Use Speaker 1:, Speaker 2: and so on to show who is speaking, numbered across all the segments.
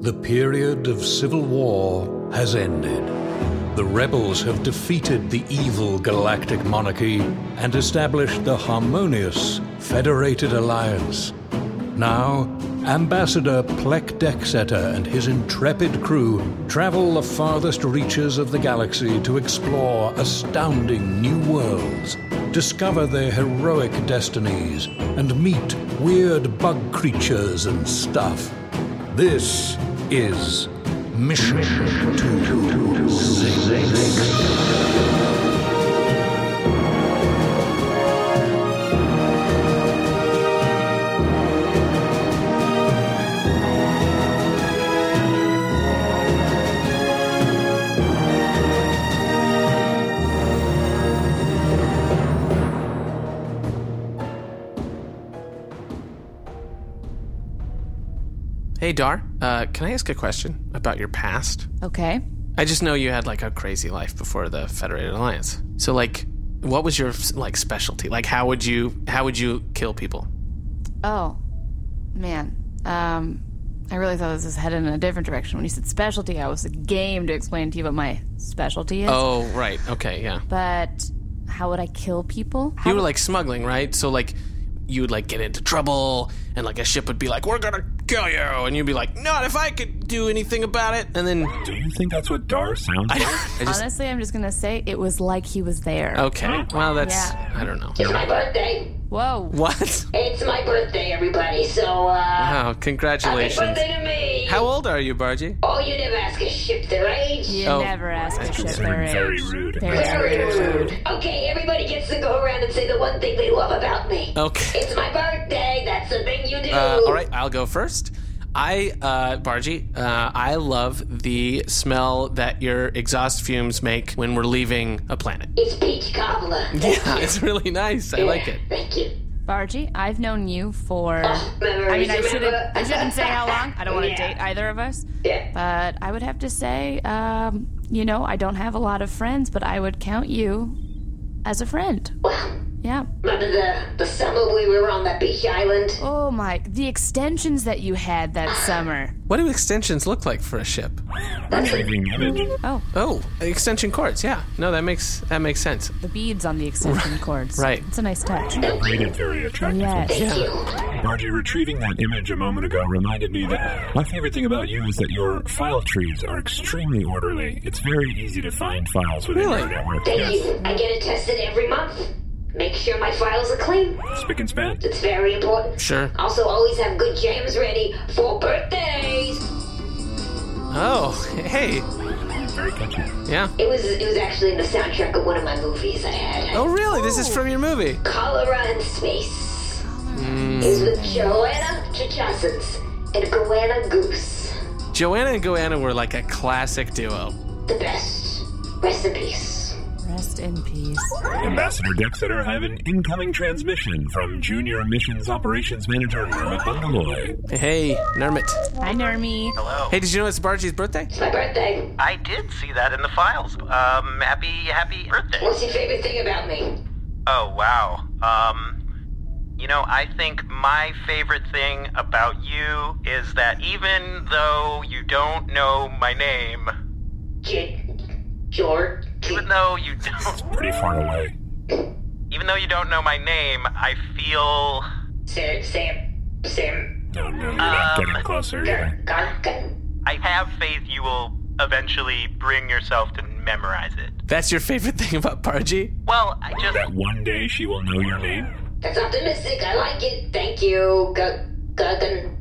Speaker 1: The period of civil war has ended. The rebels have defeated the evil galactic monarchy and established the harmonious Federated Alliance. Now, Ambassador Plek Dexeter and his intrepid crew travel the farthest reaches of the galaxy to explore astounding new worlds, discover their heroic destinies, and meet weird bug creatures and stuff. This is Mission to Zix.
Speaker 2: Hey, Dar, uh, can I ask a question about your past?
Speaker 3: Okay.
Speaker 2: I just know you had like a crazy life before the Federated Alliance. So, like, what was your like specialty? Like, how would you how would you kill people?
Speaker 3: Oh, man. Um, I really thought this was headed in a different direction. When you said specialty, I was game to explain to you what my specialty is.
Speaker 2: Oh, right. Okay, yeah.
Speaker 3: But how would I kill people? How
Speaker 2: You were like smuggling, right? So, like, you would like get into trouble, and like a ship would be like, "We're gonna kill you," and you'd be like, "Not if I could do anything about it." And then,
Speaker 4: Do you think that's what Dar sounds like?
Speaker 3: Honestly, I'm just going to say it was like he was there.
Speaker 2: okay, well, that's
Speaker 3: Yeah.
Speaker 2: I don't know.
Speaker 5: It's my birthday.
Speaker 3: Whoa.
Speaker 2: What?
Speaker 5: It's my birthday, everybody. So, uh,
Speaker 2: Oh,
Speaker 5: happy
Speaker 2: congratulations.
Speaker 5: birthday to me.
Speaker 2: How old are you, Bargie?
Speaker 5: Oh, you never ask a ship their age.
Speaker 3: You
Speaker 2: Oh.
Speaker 3: never ask a ship
Speaker 4: considered
Speaker 3: their
Speaker 4: very
Speaker 3: age.
Speaker 4: rude.
Speaker 3: Very
Speaker 5: Very
Speaker 3: rude.
Speaker 5: rude. Okay, everybody gets to go around and say the one thing they love about me.
Speaker 2: Okay.
Speaker 5: It's my birthday. That's the thing you do.
Speaker 2: Uh, all right, I'll go first. I, uh, Bargie, uh, I love the smell that your exhaust fumes make when we're leaving a planet.
Speaker 5: It's peach cobbler.
Speaker 2: Yeah, it's really nice. I like it.
Speaker 5: Thank you. Oh,
Speaker 3: Bargie, I've known you for.
Speaker 5: memories,
Speaker 3: I mean, I shouldn't.
Speaker 5: remember?
Speaker 3: I shouldn't say how long. I don't want to
Speaker 5: Yeah.
Speaker 3: date either of us.
Speaker 5: Yeah.
Speaker 3: But I would have to say, um, you know, I don't have a lot of friends, but I would count you as a friend.
Speaker 5: Well,
Speaker 3: Yeah.
Speaker 5: remember the, the summer we were on that beach island?
Speaker 3: Oh my, the extensions that you had that summer.
Speaker 2: What do extensions look like for a ship?
Speaker 4: Saving image.
Speaker 3: Oh,
Speaker 2: Oh, extension cords. Yeah, no, that makes that makes sense.
Speaker 3: the beads on the extension cords.
Speaker 2: Right.
Speaker 3: It's a nice touch.
Speaker 4: Made it very attractive.
Speaker 3: Yes.
Speaker 5: Thank you.
Speaker 4: Margie, retrieving that image a moment ago reminded me that my favorite thing about you is that your file trees are extremely orderly. It's very easy to find files within
Speaker 2: Really?
Speaker 4: your network.
Speaker 5: Thank
Speaker 4: Yes.
Speaker 5: you. I get it tested every month. Make sure my files are clean.
Speaker 4: Spick and span.
Speaker 5: It's very important.
Speaker 2: Sure.
Speaker 5: Also, always have good jams ready for birthdays.
Speaker 2: Oh, hey,
Speaker 4: Very catchy.
Speaker 2: yeah.
Speaker 5: It was it was actually in the soundtrack of one of my movies I had.
Speaker 2: Oh, really? This is from your movie.
Speaker 5: Cholera in Space.
Speaker 2: Hmm.
Speaker 5: It was with Joanna Chichassens and Goanna Goose.
Speaker 2: Joanna and Goanna were like a classic duo.
Speaker 5: The best. Rest in peace.
Speaker 3: Rest in peace.
Speaker 4: Ambassador Dexter, I have an incoming transmission from Junior Missions Operations Manager Nermit Bungaloy.
Speaker 2: Hey, Nermit.
Speaker 3: Hi, Nermie.
Speaker 2: Hey, did you know it's Bargie's birthday?
Speaker 5: It's my birthday.
Speaker 6: I did see that in the files. Um, happy, happy birthday.
Speaker 5: What's your favorite thing about me?
Speaker 6: Oh, wow. Um, you know, I think my favorite thing about you is that even though you don't know my name,
Speaker 5: J- George.
Speaker 6: even though you don't,
Speaker 4: Pretty far away.
Speaker 6: even though you don't know my name, I feel
Speaker 5: Sam. Sam. Sam.
Speaker 4: No, no, you're not getting closer. Yeah.
Speaker 5: Gargan.
Speaker 6: I have faith you will eventually bring yourself to memorize it.
Speaker 2: That's your favorite thing about Bargie?
Speaker 6: Well, I just
Speaker 4: That one day she will know your name.
Speaker 5: That's optimistic. I like it. Thank you. Gar- Gargan.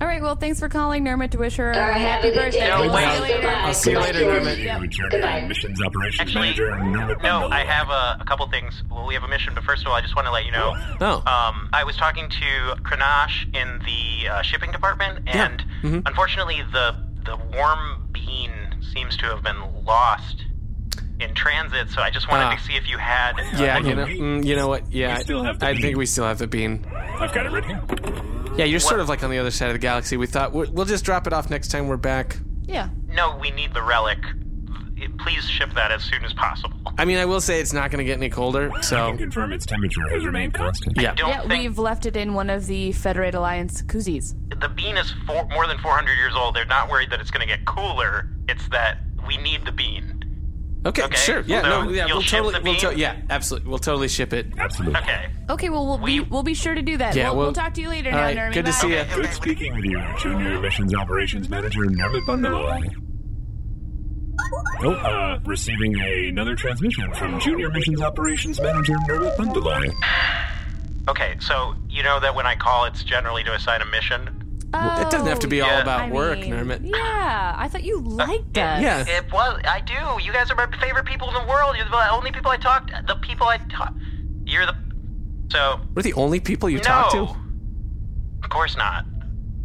Speaker 3: All right, well, thanks for calling Nermit to wish her
Speaker 5: All
Speaker 3: a
Speaker 5: right, have
Speaker 3: happy
Speaker 5: a good
Speaker 3: birthday.
Speaker 5: day.
Speaker 6: No,
Speaker 3: We'll
Speaker 6: wait.
Speaker 3: see you later.
Speaker 5: Goodbye.
Speaker 2: see you
Speaker 5: Goodbye,
Speaker 2: later,
Speaker 5: George.
Speaker 2: Norman.
Speaker 4: You,
Speaker 5: Goodbye.
Speaker 4: Junior Missions Operations
Speaker 6: Actually,
Speaker 4: Manager Nermit
Speaker 6: no,
Speaker 4: Bungalow.
Speaker 6: I have a, a couple things. Well, we have a mission, but first of all, I just want to let you know.
Speaker 2: Oh.
Speaker 6: Um, I was talking to Kranash in the uh, shipping department,
Speaker 2: Yeah. Mm-hmm.
Speaker 6: and unfortunately, the the warm bean seems to have been lost in transit. So I just wanted
Speaker 2: Ah.
Speaker 6: to see if you had.
Speaker 2: Yeah,
Speaker 4: Hello,
Speaker 2: you know,
Speaker 4: Pete.
Speaker 2: mm, you know what? Yeah,
Speaker 4: We still have the
Speaker 2: I think
Speaker 4: bean.
Speaker 2: we still have the bean.
Speaker 4: I've got it right here.
Speaker 2: Yeah, you're sort of like on the other side of the galaxy. We thought we're, we'll just drop it off next time we're back.
Speaker 3: Yeah.
Speaker 6: No, we need the relic it- please ship that as soon as possible.
Speaker 2: I mean, I will say it's not going to get any colder.
Speaker 4: I
Speaker 2: So
Speaker 4: can confirm its temperature has remained constant.
Speaker 2: yeah,
Speaker 6: Don't
Speaker 3: Yeah,
Speaker 6: think
Speaker 3: we've left it in one of the Federate Alliance koozies.
Speaker 6: the bean is four, more than 400 years old. They're not worried that it's going to get cooler. It's that we need the bean.
Speaker 2: okay,
Speaker 6: okay,
Speaker 2: sure, yeah,
Speaker 6: so
Speaker 2: no, yeah,
Speaker 6: you'll
Speaker 2: we'll
Speaker 6: ship
Speaker 2: totally,
Speaker 6: the
Speaker 2: we'll to-
Speaker 6: beam?
Speaker 2: yeah, absolutely, we'll totally ship it.
Speaker 4: Absolutely.
Speaker 6: Okay.
Speaker 3: Okay, well we'll
Speaker 6: We-
Speaker 3: be we'll be sure to do that.
Speaker 2: Yeah,
Speaker 3: we'll,
Speaker 2: we'll-
Speaker 3: we'll talk to you later
Speaker 2: All
Speaker 3: now,
Speaker 2: right,
Speaker 3: Nermi.
Speaker 2: good to
Speaker 3: Bye.
Speaker 2: see you.
Speaker 4: Good speaking with you, Junior Missions Operations Manager Nermit Bundelai. Oh, uh, receiving another transmission from Junior Missions Operations Manager Nermit Bundelai.
Speaker 6: Okay, so you know that when I call, it's generally to assign a mission.
Speaker 3: Oh,
Speaker 2: It doesn't have to be all
Speaker 6: yeah.
Speaker 2: about
Speaker 3: I
Speaker 2: work,
Speaker 3: mean,
Speaker 2: Nermit.
Speaker 3: Yeah, I thought you liked us.
Speaker 2: Yeah.
Speaker 6: Uh, It was. I do. You guys are my favorite people in the world. You're the only people I talked. The people I talk. You're the. So
Speaker 2: We're the only people you talk
Speaker 6: no.
Speaker 2: to.
Speaker 6: Of course not.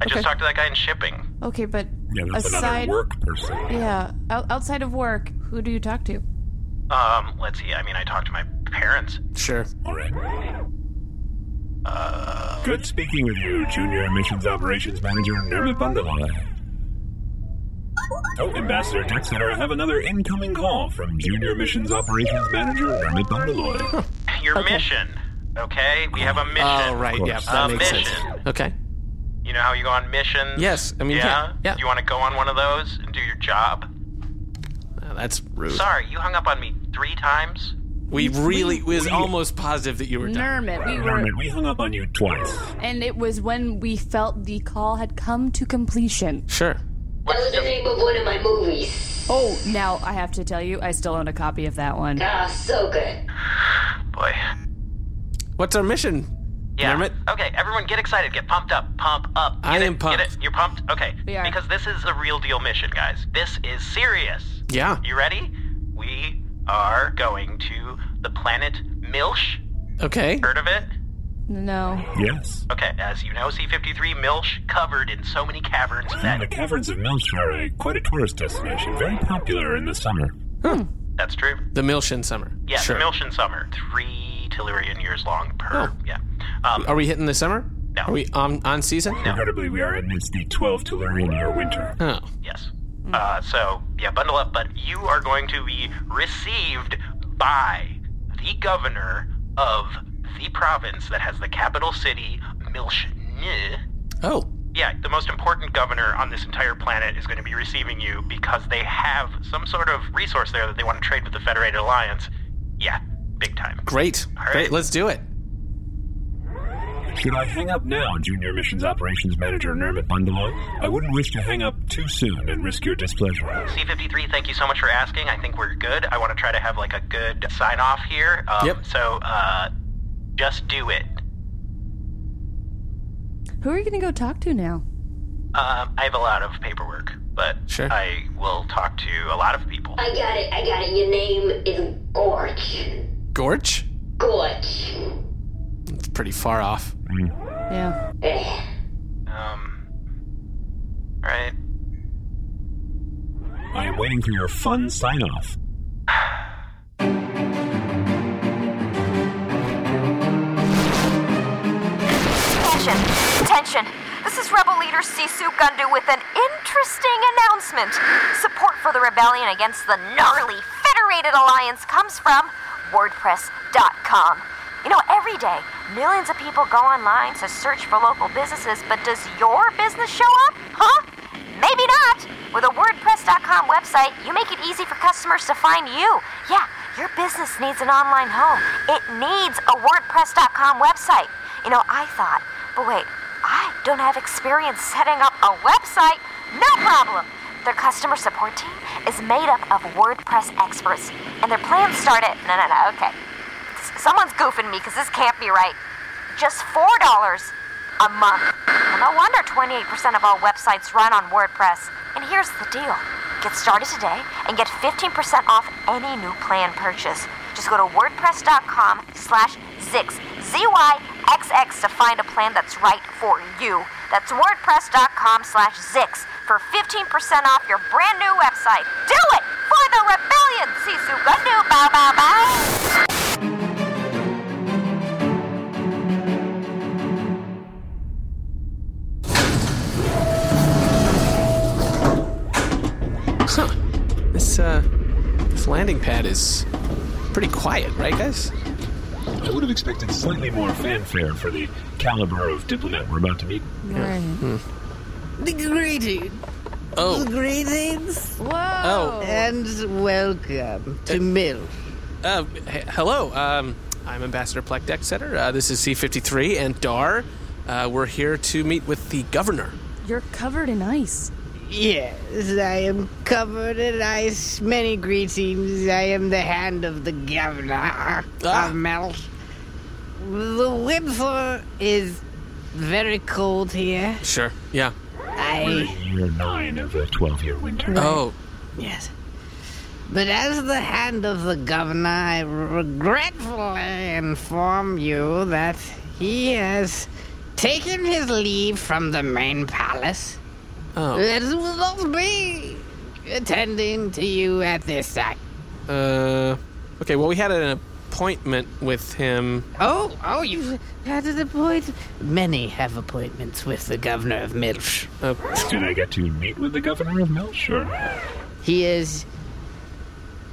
Speaker 6: I
Speaker 2: Okay.
Speaker 6: just talked to that guy in shipping.
Speaker 3: Okay, but
Speaker 4: Yeah, that's
Speaker 3: aside,
Speaker 4: another work person.
Speaker 3: yeah, out- outside of work, who do you talk to?
Speaker 6: Um, let's see. I mean, I talked to my parents.
Speaker 2: Sure.
Speaker 4: All right. Good speaking with you, Junior Missions Operations Manager Nermit Bundelai. Oh, Ambassador Dexter, I have another incoming call from Junior Missions Operations Manager Nermit Bundelai.
Speaker 6: Your mission. Okay, we have a mission.
Speaker 2: Oh, right. Yeah,
Speaker 4: course.
Speaker 2: that
Speaker 6: A
Speaker 2: makes
Speaker 6: mission.
Speaker 2: sense. Okay.
Speaker 6: You know how you go on missions?
Speaker 2: Yes, I mean, yeah, yeah.
Speaker 6: You want to go on one of those and do your job?
Speaker 2: Uh, that's rude.
Speaker 6: Sorry, you hung up on me three times.
Speaker 2: We really it was almost positive that you were done.
Speaker 3: Nermit, we were,
Speaker 4: Nermit, we hung up on you twice.
Speaker 3: and it was when we felt the call had come to completion.
Speaker 2: Sure.
Speaker 7: That was the name of one of my movies.
Speaker 3: Oh, now I have to tell you, I still own a copy of that one.
Speaker 7: Ah, so good.
Speaker 6: Boy.
Speaker 2: What's our mission?
Speaker 6: Yeah.
Speaker 2: Damn it.
Speaker 6: Okay, everyone get excited. Get pumped up. Pump up. Get
Speaker 2: I
Speaker 6: it,
Speaker 2: am
Speaker 6: Get
Speaker 2: pumped.
Speaker 6: it. You're pumped? Okay.
Speaker 3: We are.
Speaker 6: Because this is a real deal mission, guys. This is serious.
Speaker 2: Yeah.
Speaker 6: You ready? We are going to the planet Milsh.
Speaker 2: Okay.
Speaker 6: Heard of it?
Speaker 3: No.
Speaker 4: Yes.
Speaker 6: Okay, as you know, C-53 Milsh covered in so many caverns
Speaker 4: The
Speaker 6: that
Speaker 4: caverns of Milch are a, quite a tourist destination, very popular in the summer.
Speaker 6: that's true.
Speaker 2: Hmm. The Milshin summer.
Speaker 6: Yeah,
Speaker 2: sure.
Speaker 6: the Milshin summer, three Tellurian years long per.
Speaker 2: Oh.
Speaker 6: Yeah. Um,
Speaker 2: Are we hitting the summer?
Speaker 6: No.
Speaker 2: Are we on on season?
Speaker 4: Regrettably, we are amidst the 12 Tellurian year winter.
Speaker 2: Oh.
Speaker 6: yes. Uh, so yeah, bundle up. But you are going to be received by the governor of the province that has the capital city Milshin.
Speaker 2: Oh.
Speaker 6: Yeah, the most important governor on this entire planet is going to be receiving you because they have some sort of resource there that they want to trade with the Federated Alliance. Yeah, big time.
Speaker 2: Great.
Speaker 6: right.
Speaker 2: Great. Let's do it.
Speaker 4: Should I hang up now, Junior Missions Operations Manager Nermit Bundeloi? I wouldn't wish to hang up too soon and risk your displeasure.
Speaker 6: C53, thank you so much for asking. I think we're good. I want to try to have like a good sign off here. Um,
Speaker 2: Yep.
Speaker 6: So, uh, just do it.
Speaker 3: Who are you going to go talk to now?
Speaker 6: Um, I have a lot of paperwork, but
Speaker 2: Sure.
Speaker 6: I will talk to a lot of people.
Speaker 7: I got it, I got it. Your name is Gorch.
Speaker 2: Gorge?
Speaker 7: Gorch.
Speaker 2: It's pretty far off.
Speaker 3: Yeah.
Speaker 4: Mm.
Speaker 7: Eh.
Speaker 6: Um, all right.
Speaker 4: I am waiting for your fun sign off.
Speaker 5: Attention! Attention! This is Rebel leader Sisu Gundu with an interesting announcement. Support for the rebellion against the gnarly Federated Alliance comes from WordPress.com. You know, every day, millions of people go online to search for local businesses, but does your business show up? Huh? Maybe not! With a WordPress.com website, you make it easy for customers to find you. Yeah, your business needs an online home. It needs a WordPress.com website. You know, I thought, but wait, I don't have experience setting up a website? No problem! Their customer support team is made up of WordPress experts, and their plans start at. No, no, no, okay. S- Someone's goofing me because this can't be right. Just $4 a month. Well, no wonder 28% of all websites run on WordPress. And here's the deal get started today and get 15% off any new plan purchase. Just go to wordpress.com slash zix, Z-Y-X-X to find a plan that's right for you. That's wordpress.com slash zix for 15% off your brand new website. Do it for the rebellion! Sisu Gundu, bow, bow, bow!
Speaker 2: Huh. This uh landing pad is pretty quiet, right, guys?
Speaker 4: I would have expected slightly more fanfare for the caliber of diplomat we're about to meet.
Speaker 8: The greeting,
Speaker 2: Oh,
Speaker 8: greetings,
Speaker 3: Whoa.
Speaker 2: Oh.
Speaker 8: and welcome to Mill.
Speaker 2: Uh, h- hello. Um, I'm Ambassador Plek Dexeter. Uh, this is C53 and Dar. Uh, we're here to meet with the governor.
Speaker 3: You're covered in ice.
Speaker 8: Yes, I am covered in ice. Many greetings. I am the hand of the governor
Speaker 2: Ah.
Speaker 8: of Mel. The weather is very cold here.
Speaker 2: Sure. Yeah.
Speaker 8: I
Speaker 4: Year nine of a 12 year winter.
Speaker 2: Oh,
Speaker 8: yes. But as the hand of the governor, I regretfully inform you that he has taken his leave from the main palace.
Speaker 2: oh.
Speaker 8: It will not be attending to you at this time.
Speaker 2: Uh, okay. Well, we had an appointment with him.
Speaker 8: Oh, oh, you had an appointment. Many have appointments with the governor of Milch.
Speaker 4: Did I get to meet with the governor of Mel? Sure.
Speaker 8: He is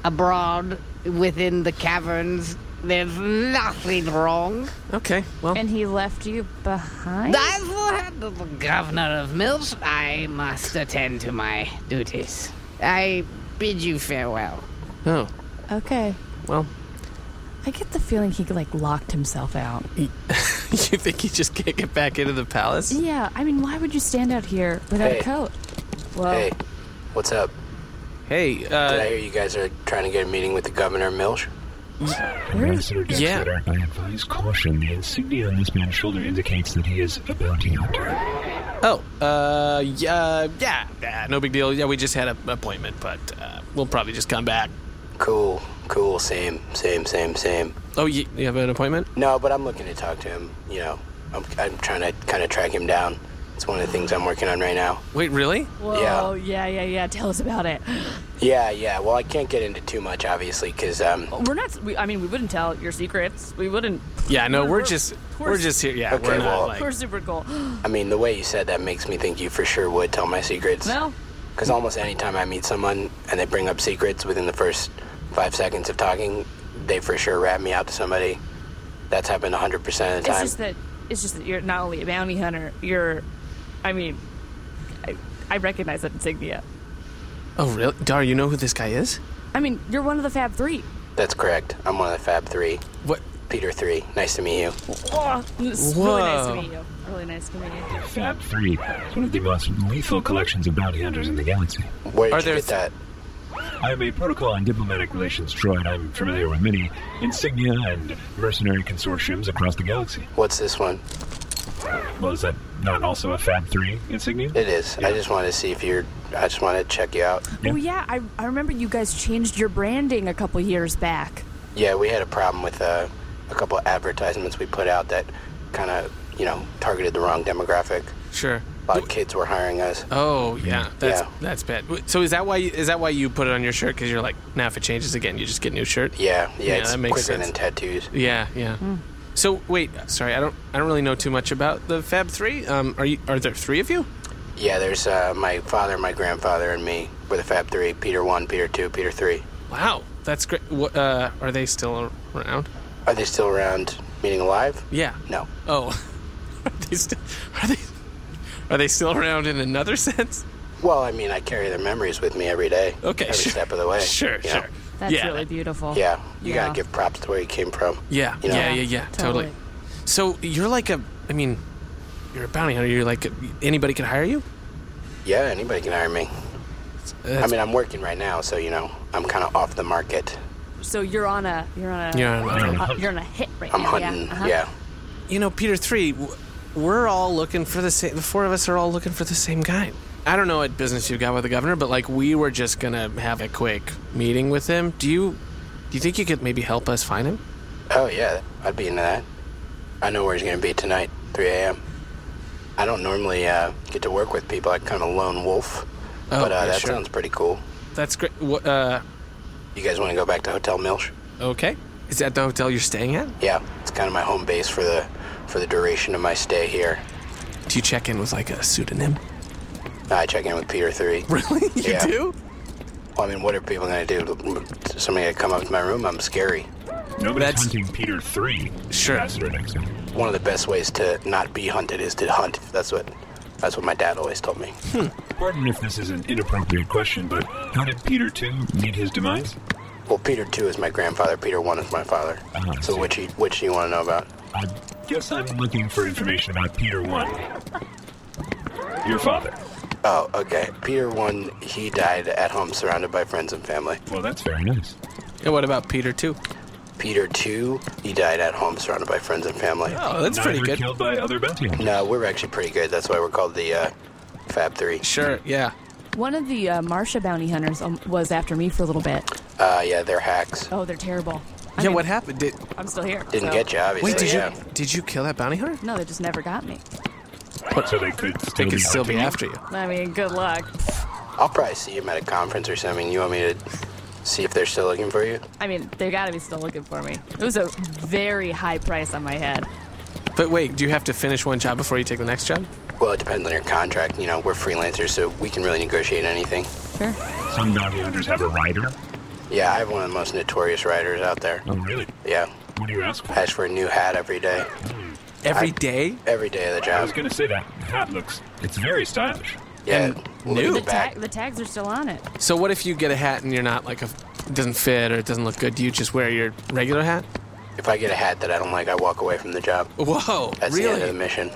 Speaker 8: abroad within the caverns. There's nothing wrong.
Speaker 2: Okay. Well.
Speaker 3: And he left you behind?
Speaker 8: As the head of the governor of Milch, I must attend to my duties. I bid you farewell.
Speaker 2: Oh.
Speaker 3: Okay.
Speaker 2: Well.
Speaker 3: I get the feeling he like locked himself out.
Speaker 2: you think he just can't get back into the palace?
Speaker 3: Yeah, I mean, why would you stand out here without
Speaker 9: Hey.
Speaker 3: a coat? Whoa.
Speaker 9: Hey, what's up?
Speaker 2: Hey.
Speaker 9: Did I
Speaker 2: Uh,
Speaker 9: hear you guys are trying to get a meeting with the governor Milch?
Speaker 4: Ambassador
Speaker 2: Yeah.
Speaker 4: Dexter, I advise caution. The insignia on this man's shoulder indicates that he is a bounty hunter.
Speaker 2: oh. Uh. Yeah. Yeah. yeah, No big deal. Yeah. We just had an appointment, but uh, we'll probably just come back.
Speaker 9: Cool, cool, same, same, same, same.
Speaker 2: Oh, you, you have an appointment?
Speaker 9: No, but I'm looking to talk to him. You know, I'm, I'm trying to kind of track him down. It's one of the things I'm working on right now.
Speaker 2: Wait. Really?
Speaker 9: Yeah.
Speaker 3: Whoa, yeah, yeah, yeah. Tell us about it.
Speaker 9: Yeah, yeah. Well, I can't get into too much, obviously, because um,
Speaker 3: We're not. We, I mean, we wouldn't tell your secrets. We wouldn't.
Speaker 2: Yeah, no,
Speaker 3: We're-
Speaker 2: we're,
Speaker 3: we're-
Speaker 2: just
Speaker 3: we're
Speaker 2: we're,
Speaker 3: s-
Speaker 2: just here. Yeah,
Speaker 9: Okay,
Speaker 2: we're not
Speaker 9: well-
Speaker 2: like
Speaker 3: We're super cool.
Speaker 9: I mean, the way you said that makes me think you for sure would tell my secrets.
Speaker 3: Well,
Speaker 9: Because almost any time I meet someone and they bring up secrets within the first five seconds of talking, they for sure rat me out to somebody. That's happened 100% of the
Speaker 3: it's
Speaker 9: time.
Speaker 3: just that. It's just that you're not only a bounty hunter. You're. I mean, I, I recognize that insignia.
Speaker 2: Oh, really? Dar, you know who this guy is?
Speaker 3: I mean, you're one of the Fab Three.
Speaker 9: That's correct. I'm one of the Fab Three.
Speaker 2: What?
Speaker 9: Peter Three. Nice to meet you.
Speaker 3: Oh, it's really nice to
Speaker 2: Whoa.
Speaker 3: meet you. Really nice to meet you.
Speaker 4: Fab 3 is one of the most lethal collections of bounty hunters in the galaxy.
Speaker 9: Where did
Speaker 2: Are
Speaker 9: you
Speaker 2: there
Speaker 9: get that?
Speaker 4: I'm a protocol on diplomatic relations droid. I'm familiar with many insignia and mercenary consortiums across the galaxy.
Speaker 9: What's this one?
Speaker 4: Well, is that not also a Fab 3 insignia?
Speaker 9: It is. I just wanted to see if you're. I just wanted to check you out.
Speaker 4: Yeah.
Speaker 3: Oh yeah, I, I remember you guys changed your branding a couple years back.
Speaker 9: Yeah, we had a problem with uh, a couple of advertisements we put out that kind of, you know, targeted the wrong demographic.
Speaker 2: Sure.
Speaker 9: A lot of kids were hiring us.
Speaker 2: Oh, yeah. That's
Speaker 9: Yeah.
Speaker 2: that's bad. Wait, So is that why you, is that why you put it on your shirt? Because you're like, now if it changes again, you just get a new shirt.
Speaker 9: Yeah, yeah,
Speaker 2: Yeah,
Speaker 9: it's
Speaker 2: that makes
Speaker 9: quicker
Speaker 2: sense.
Speaker 9: than tattoos.
Speaker 2: Yeah, yeah. So wait, sorry, I don't I don't really know too much about the Fab Three. Um, are you are there three of you?
Speaker 9: Yeah, there's uh, my father, my grandfather, and me. We're the Fab Three: Peter One, Peter Two, Peter Three.
Speaker 2: Wow, that's great. What, uh, are they still around?
Speaker 9: Are they still around? Meaning alive?
Speaker 2: Yeah.
Speaker 9: No.
Speaker 2: Oh, are they still are they are they still around in another sense?
Speaker 9: Well, I mean, I carry their memories with me every day.
Speaker 2: Okay,
Speaker 9: Every
Speaker 2: sure.
Speaker 9: step of the way.
Speaker 2: Sure,
Speaker 9: you know?
Speaker 2: sure.
Speaker 3: That's
Speaker 2: yeah,
Speaker 3: really
Speaker 2: that-
Speaker 3: beautiful.
Speaker 9: Yeah, you
Speaker 3: Yeah.
Speaker 9: gotta give props to where you came from.
Speaker 2: Yeah,
Speaker 9: You know?
Speaker 2: yeah, yeah, yeah, totally.
Speaker 3: Totally.
Speaker 2: So you're like a, I mean, you're a bounty hunter. You're like anybody could hire you.
Speaker 9: Yeah, anybody can hire me. I
Speaker 2: That's-
Speaker 9: mean, I'm working right now, so you know, I'm kind of off the market.
Speaker 3: So you're on a you're on a
Speaker 2: You're on a-
Speaker 3: uh, you're on a hit right
Speaker 9: I'm
Speaker 3: now.
Speaker 9: hunting.
Speaker 3: Yeah. Uh-huh.
Speaker 9: yeah.
Speaker 2: you know, Peter Three, w- we're all looking for the same. The four of us are all looking for the same guy. I don't know what business you've got with the governor, but like we were just gonna have a quick meeting with him. Do you, do you think you could maybe help us find him?
Speaker 9: Oh yeah, I'd be into that. I know where he's gonna be tonight, 3 a.m. I don't normally uh, get to work with people. I kind of lone wolf, but uh,
Speaker 2: Oh, yeah,
Speaker 9: that
Speaker 2: sure.
Speaker 9: sounds pretty cool.
Speaker 2: That's great. What? Uh,
Speaker 9: You guys want to go back to Hotel Milch?
Speaker 2: okay. Is that the hotel you're staying at?
Speaker 9: Yeah, it's kind of my home base for the for the duration of my stay here.
Speaker 2: Do you check in with like a pseudonym?
Speaker 9: I check in with Peter Three.
Speaker 2: Really? You
Speaker 9: Yeah.
Speaker 2: do?
Speaker 9: Well, I mean, what are people gonna do? Somebody gonna come up to my room? I'm scary.
Speaker 4: Nobody's
Speaker 2: That's-
Speaker 4: hunting Peter 3.
Speaker 2: Sure.
Speaker 4: That's our next one.
Speaker 9: One of the best ways to not be hunted is to hunt. That's what that's what my dad always told me.
Speaker 4: Pardon if this is an inappropriate question, but how did Peter 2 meet his demise?
Speaker 9: Well, Peter two is my grandfather. Peter one is my father.
Speaker 4: Ah, I
Speaker 9: So
Speaker 4: see.
Speaker 9: which you, which do you want to know about?
Speaker 4: I guess I'm looking for information about Peter 1. Your father.
Speaker 9: Oh, okay. Peter one, he died at home, surrounded by friends and family.
Speaker 4: Well, that's very nice.
Speaker 2: And what about Peter too?
Speaker 9: Peter two, he died at home, surrounded by friends and family.
Speaker 2: Oh, that's
Speaker 4: Neither
Speaker 2: pretty good.
Speaker 4: killed by other bounty hunters.
Speaker 9: No, we're actually pretty good. That's why we're called the uh, Fab Three.
Speaker 2: Sure. Yeah.
Speaker 3: One of the uh, Marsha bounty hunters um, was after me for a little bit.
Speaker 9: Uh, yeah, they're hacks.
Speaker 3: Oh, they're terrible. I
Speaker 2: yeah.
Speaker 3: mean,
Speaker 2: What happened? Did
Speaker 3: I'm still here.
Speaker 9: Didn't
Speaker 3: so-
Speaker 9: get you, obviously.
Speaker 2: wait? Did
Speaker 9: yeah.
Speaker 2: you did you kill that bounty hunter?
Speaker 3: No, they just never got me.
Speaker 4: So they could
Speaker 2: They
Speaker 4: still, be
Speaker 2: could still be
Speaker 4: hunting you?
Speaker 2: after you.
Speaker 3: I mean, good luck.
Speaker 9: I'll probably see him at a conference or something. You want me to see if they're still looking for you?
Speaker 3: I mean, they gotta be still looking for me. It was a very high price on my head.
Speaker 2: But wait, do you have to finish one job before you take the next job?
Speaker 9: Well, it depends on your contract. You know, we're freelancers, so we can really negotiate anything.
Speaker 3: Sure.
Speaker 4: Some bounty hunters have a rider.
Speaker 9: Yeah, I have one of the most notorious riders out there.
Speaker 4: Oh, really?
Speaker 9: Yeah,
Speaker 4: What do you ask for?
Speaker 9: ask for a new hat every day,
Speaker 2: Every
Speaker 9: I-
Speaker 2: day?
Speaker 9: every day of the
Speaker 4: I
Speaker 9: job.
Speaker 4: was going to say that hat looks, it's very stylish.
Speaker 9: Yeah,
Speaker 2: And
Speaker 9: look at
Speaker 2: new.
Speaker 9: the
Speaker 3: The,
Speaker 9: back.
Speaker 3: tag, the tags are still on it.
Speaker 2: So what if you get a hat and you're not like a it doesn't fit or it doesn't look good? Do you just wear your regular hat?
Speaker 9: If I get a hat that I don't like, I walk away from the job.
Speaker 2: Whoa,
Speaker 9: That's the end of the
Speaker 2: really?
Speaker 9: mission.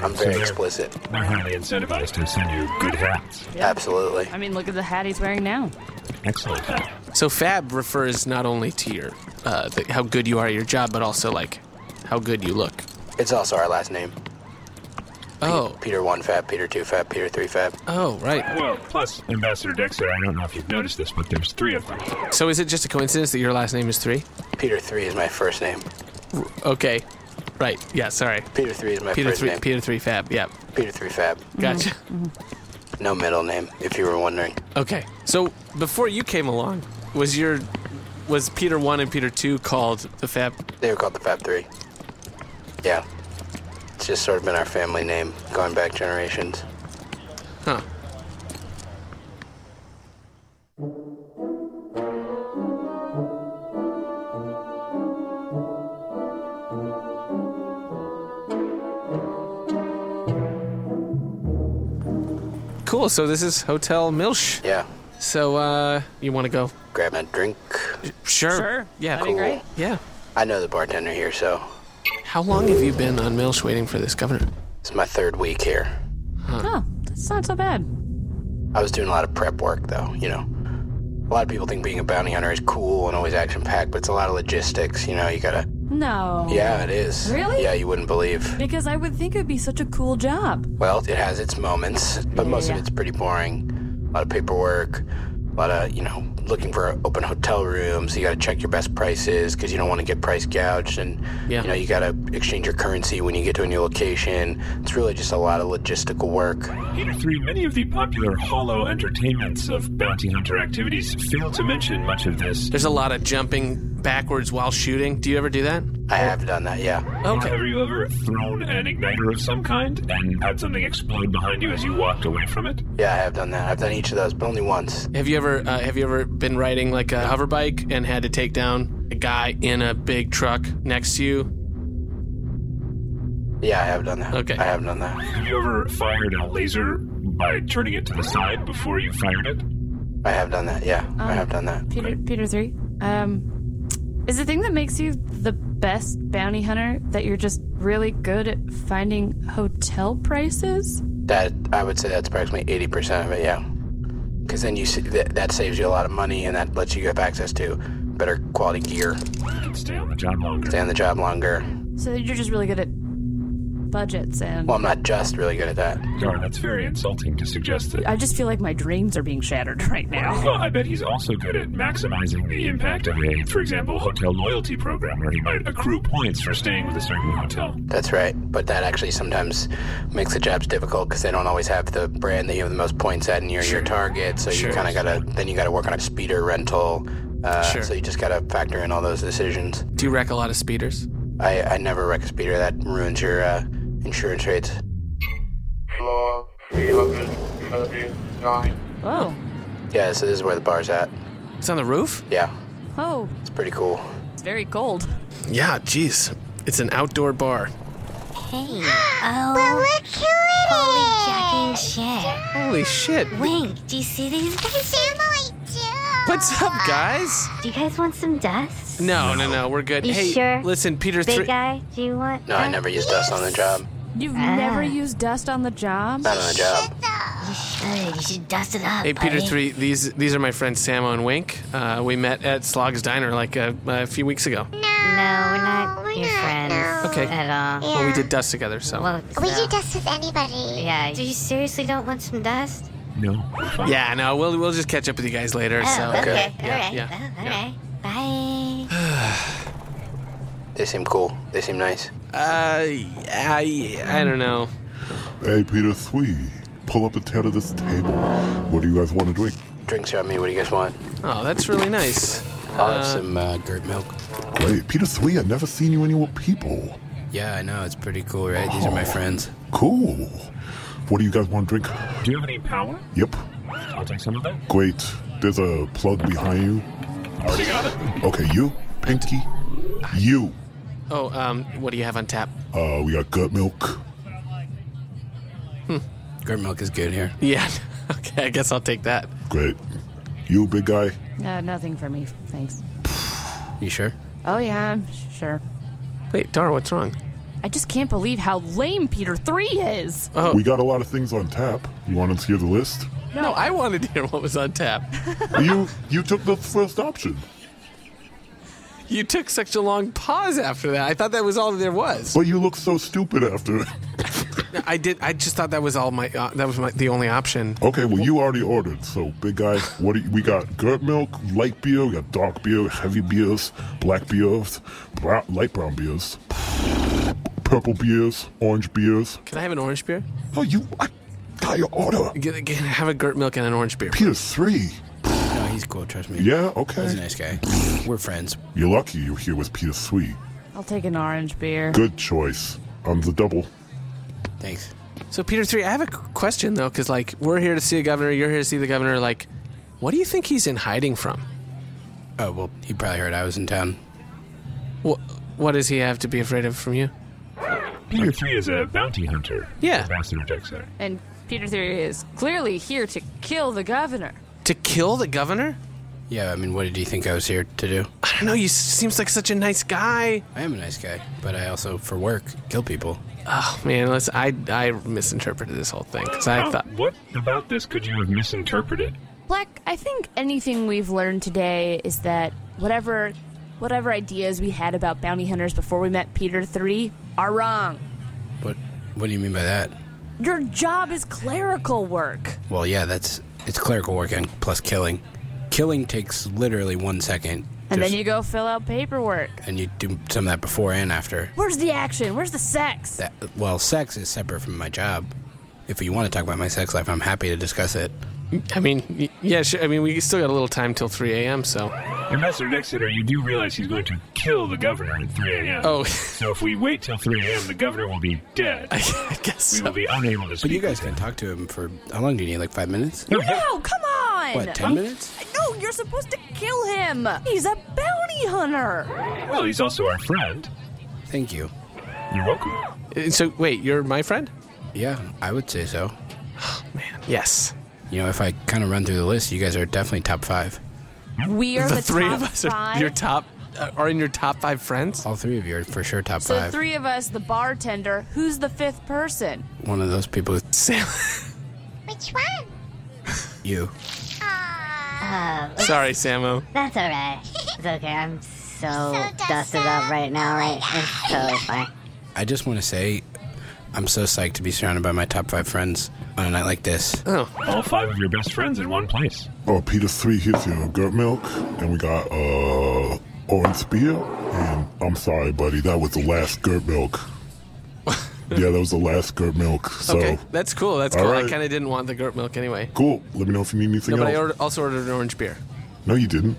Speaker 9: I'm
Speaker 4: So
Speaker 9: very
Speaker 4: they're-
Speaker 9: explicit.
Speaker 4: They're highly incentivized to send you good hats.
Speaker 3: Yeah.
Speaker 9: Absolutely.
Speaker 3: I mean, look at the hat he's wearing now.
Speaker 4: Excellent hat.
Speaker 2: So fab refers not only to your uh, the, how good you are at your job, but also like how good you look.
Speaker 9: It's also our last name.
Speaker 2: Oh,
Speaker 9: Peter 1 Fab, Peter 2 Fab, Peter 3 Fab.
Speaker 2: oh, right.
Speaker 4: Well, plus Ambassador Dexter, I don't know if you've noticed this, but there's three of them.
Speaker 2: So is it just a coincidence that your last name is three?
Speaker 9: Peter 3 is my first name.
Speaker 2: Okay, right. Yeah, sorry.
Speaker 9: Peter 3 is my
Speaker 2: Peter
Speaker 9: first
Speaker 2: three,
Speaker 9: name.
Speaker 2: Peter three, fab. Yeah,
Speaker 9: Peter 3 Fab. Mm-hmm.
Speaker 2: Mm-hmm. gotcha.
Speaker 9: No middle name, if you were wondering.
Speaker 2: Okay, so before you came along, was your was Peter one and Peter two called the fab?
Speaker 9: They were called the Fab 3. Yeah. It's just sort of been our family name going back generations.
Speaker 2: Huh. Cool. So this is Hotel Milch.
Speaker 9: Yeah.
Speaker 2: So uh, you want to go?
Speaker 9: Grabbing a drink.
Speaker 2: Sure. Yeah.
Speaker 3: That'd be great.
Speaker 2: Yeah.
Speaker 9: I know the bartender here, so
Speaker 2: How long have you been on Milch waiting for this governor?
Speaker 9: it's my third week here.
Speaker 3: Oh, that's not so bad.
Speaker 9: I was doing a lot of prep work, though, you know. A lot of people think being a bounty hunter is cool and always action packed, but it's a lot of logistics, you know. You gotta.
Speaker 3: No.
Speaker 9: Yeah, it is.
Speaker 3: Really?
Speaker 9: Yeah, you wouldn't believe.
Speaker 3: Because I would think it'd be such a cool job.
Speaker 9: Well, it has its moments, but most of
Speaker 3: yeah.
Speaker 9: it's pretty boring. A lot of paperwork, a lot of, you know, looking for open hotel rooms. You gotta check your best prices because you don't want to get price gouged. And,
Speaker 2: Yeah.
Speaker 9: you know, you gotta exchange your currency when you get to a new location. It's really just a lot of logistical work.
Speaker 4: Peter 3, many of the popular hollow entertainments of bounty hunter activities fail to mention much of this.
Speaker 2: There's a lot of jumping backwards while shooting. Do you ever do that?
Speaker 9: I have done that, yeah.
Speaker 2: Okay.
Speaker 4: Have you ever thrown an igniter of some kind and had something explode behind you as you walked away from it?
Speaker 9: Yeah, I have done that. I've done each of those, but only once.
Speaker 2: Have you ever uh, have you ever been riding like a hover bike and had to take down a guy in a big truck next to you?
Speaker 9: Yeah, I have done that.
Speaker 2: Okay.
Speaker 9: I have done that.
Speaker 4: Have you ever fired a laser by turning it to the side before you fired it?
Speaker 9: I have done that. Yeah, I have done that.
Speaker 3: Peter, Peter three. Um, is the thing that makes you the best bounty hunter that you're just really good at finding hotel prices?
Speaker 9: That I would say that's approximately eighty percent of it. Yeah, because then you see, that, that saves you a lot of money and that lets you have access to better quality gear,
Speaker 4: You can stay on the job longer.
Speaker 9: stay on the job longer.
Speaker 3: So you're just really good at budgets and.
Speaker 9: Well, I'm not just really good at that.
Speaker 4: Darn, that's very insulting to suggest that.
Speaker 3: I just feel like my dreams are being shattered right now.
Speaker 4: Well, I bet he's also good at maximizing the impact of a, for example, hotel loyalty program where he might accrue points for staying with a certain hotel.
Speaker 9: That's right. But that actually sometimes makes the jobs difficult because they don't always have the brand that you have the most points at near your target. So you kind of gotta then you gotta work on a speeder rental. Uh,
Speaker 2: Sure.
Speaker 9: So you just gotta factor in all those decisions.
Speaker 2: Do you wreck a lot of speeders?
Speaker 9: I, I never wreck a speeder. That ruins your uh, insurance rates.
Speaker 8: Floor 339.
Speaker 3: Oh, Whoa.
Speaker 9: Yeah, so this is where the bar's at.
Speaker 2: It's on the roof?
Speaker 9: Yeah,
Speaker 3: Oh,
Speaker 9: it's pretty cool.
Speaker 3: it's very cold.
Speaker 2: Yeah, jeez. It's an outdoor bar.
Speaker 8: Hey. Oh. Well, look who it Holy jack and shit.
Speaker 2: Holy shit.
Speaker 8: Wink, do you see these guys?
Speaker 2: What's up, guys?
Speaker 8: Do you guys want some dust?
Speaker 2: No, no, no, we're good.
Speaker 8: You
Speaker 2: hey,
Speaker 8: sure?
Speaker 2: listen, Peter.
Speaker 8: Big
Speaker 2: Three-
Speaker 8: guy, do you want
Speaker 9: No, I never used dust on the job.
Speaker 3: You've never
Speaker 8: Ah.
Speaker 3: used dust on the job?
Speaker 9: Not on the job.
Speaker 8: You should. You should dust it up.
Speaker 2: Hey, Peter.
Speaker 8: buddy.
Speaker 2: Three. These these are my friends Samo and Wink. Uh, we met at Slog's Diner like a, a few weeks ago.
Speaker 8: No, we're not your friends
Speaker 2: Okay.
Speaker 8: at all.
Speaker 2: Well, we did dust together, so
Speaker 8: Well,
Speaker 10: We
Speaker 8: so-
Speaker 10: do dust with anybody.
Speaker 8: Yeah. Do you seriously don't want some dust?
Speaker 4: No.
Speaker 2: yeah. No, we'll we'll just catch up with you guys later. so
Speaker 8: oh, okay.
Speaker 2: Yeah,
Speaker 8: all right.
Speaker 2: yeah.
Speaker 8: Well, all right. Bye.
Speaker 9: They seem cool. They seem nice.
Speaker 2: Uh, I I don't know.
Speaker 11: Hey, Peter Three, pull up a chair to this table. What do you guys want to drink?
Speaker 9: Drinks are on me. What do you guys want?
Speaker 2: Oh, that's really nice.
Speaker 9: I'll have some uh, goat milk.
Speaker 11: Wait, Peter Three, I've never seen you anywhere people.
Speaker 9: Yeah, I know. It's pretty cool, right? These are my friends.
Speaker 11: Cool. What do you guys want to drink?
Speaker 4: Do you have any power?
Speaker 11: Yep.
Speaker 9: Oh,
Speaker 4: I'll take some of that.
Speaker 11: Great. There's a plug behind you.
Speaker 4: Already got it.
Speaker 11: Okay, you, Pinky, you.
Speaker 2: Oh, um, what do you have on tap?
Speaker 11: Uh, we got gut milk.
Speaker 9: Goat milk is good here.
Speaker 2: Yeah. Okay, I guess I'll take that.
Speaker 11: Great. You, big guy.
Speaker 3: No, Uh, nothing for me. Thanks.
Speaker 9: You sure?
Speaker 3: Oh, yeah, I'm sure.
Speaker 2: Wait, Dara, what's wrong?
Speaker 3: I just can't believe how lame Peter 3 is.
Speaker 2: Oh.
Speaker 11: We got a lot of things on tap. You want to hear the list?
Speaker 2: No, I wanted to hear what was on tap.
Speaker 11: you you took the first option,
Speaker 2: You took such a long pause after that. I thought that was all there was.
Speaker 11: but you look so stupid after.
Speaker 2: I did. I just thought that was all my. Uh, that was my, the only option.
Speaker 11: Okay, well you already ordered, so big guy. What do you, we got? Gut milk, light beer. We got dark beer, heavy beers, black beers, brown, light brown beers, purple beers, orange beers.
Speaker 2: Can I have an orange beer?
Speaker 11: Oh, you I got your order.
Speaker 2: Get, get, have a Gert milk and an orange beer.
Speaker 11: Peter three.
Speaker 9: No, he's cool. Trust me.
Speaker 11: Yeah,
Speaker 9: He's a
Speaker 11: okay.
Speaker 9: nice guy. We're friends.
Speaker 11: You're lucky you're here with Peter three.
Speaker 3: I'll take an orange beer.
Speaker 11: Good choice. I'm the double.
Speaker 9: Thanks.
Speaker 2: So Peter three, I have a qu- question though, because like we're here to see the governor, you're here to see the governor. Like, what do you think he's in hiding from?
Speaker 9: Oh, well, he probably heard I was in town.
Speaker 2: What, what does he have to be afraid of from you?
Speaker 4: Peter Three is a bounty hunter.
Speaker 2: Yeah.
Speaker 4: Ambassador Dexter.
Speaker 3: And Peter 3 is clearly here to kill the governor.
Speaker 2: To kill the governor?
Speaker 9: Yeah, I mean, what did you think I was here to do?
Speaker 2: I don't know. You s- seems like such a nice guy.
Speaker 9: I am a nice guy, but I also, for work, kill people.
Speaker 2: Oh man, let's, I I misinterpreted this whole thing because I
Speaker 4: How-
Speaker 2: thought
Speaker 4: what about this could you have misinterpreted?
Speaker 3: Black, I think anything we've learned today is that whatever whatever ideas we had about bounty hunters before we met Peter 3 are wrong.
Speaker 9: What What do you mean by that?
Speaker 3: Your job is clerical work.
Speaker 9: Well, yeah, that's it's clerical work and plus killing. Killing takes literally one second.
Speaker 3: And
Speaker 9: There's-
Speaker 3: then you go fill out paperwork.
Speaker 9: and you do some of that before and after.
Speaker 3: Where's the action? Where's the sex?
Speaker 9: That well, sex is separate from my job. If you want to talk about my sex life, I'm happy to discuss it.
Speaker 2: I mean, y- yeah, sure. I mean, we still got a little time till 3 a.m., so.
Speaker 4: Ambassador Dexter, you do realize he's going to kill the governor at 3 a.m.
Speaker 2: Oh,
Speaker 4: So if we wait till 3 a.m., the governor will be dead.
Speaker 2: I guess
Speaker 4: We
Speaker 2: so.
Speaker 4: will be unable to speak.
Speaker 9: But you guys
Speaker 4: with
Speaker 9: can
Speaker 4: him.
Speaker 9: talk to him for how long do you need? Like five minutes?
Speaker 3: No, come on!
Speaker 9: What, ten minutes?
Speaker 3: No, you're supposed to kill him. He's a bounty hunter.
Speaker 4: Well, he's also our friend.
Speaker 9: Thank you.
Speaker 4: You're welcome.
Speaker 2: Uh, So, wait, you're my friend?
Speaker 9: Yeah, I would say so.
Speaker 2: Yes.
Speaker 9: You know, if I kind of run through the list, you guys are definitely top five.
Speaker 3: We are the,
Speaker 2: the three
Speaker 3: top
Speaker 2: of us
Speaker 3: five.
Speaker 2: are your top uh, are in your top five friends.
Speaker 9: All three of you are for sure top
Speaker 3: so
Speaker 9: five.
Speaker 3: three of us, the bartender. Who's the fifth person?
Speaker 9: One of those people, is
Speaker 2: Sam,
Speaker 10: Which one?
Speaker 9: you.
Speaker 8: Uh,
Speaker 2: sorry, Samo.
Speaker 8: that's all right. It's okay. I'm so,
Speaker 10: dusted
Speaker 8: dusted Oh
Speaker 10: up.
Speaker 8: up right now. Like, it's totally fine.
Speaker 9: I just want to say, I'm so psyched to be surrounded by my top five friends on a night like this.
Speaker 2: Oh.
Speaker 4: All five of your best friends in one place.
Speaker 11: Oh, Peter three. Here's your gut milk, and we got uh orange beer. And I'm sorry, buddy, that was the last gut milk. yeah, that was the last gut milk. So
Speaker 2: Okay, that's cool. That's
Speaker 11: All
Speaker 2: cool. I
Speaker 11: right.
Speaker 2: kind of didn't want the goat milk anyway.
Speaker 11: cool. Let me know if you need anything
Speaker 2: No, but I
Speaker 11: else.
Speaker 2: ordered, also ordered an orange beer.
Speaker 11: no, you didn't.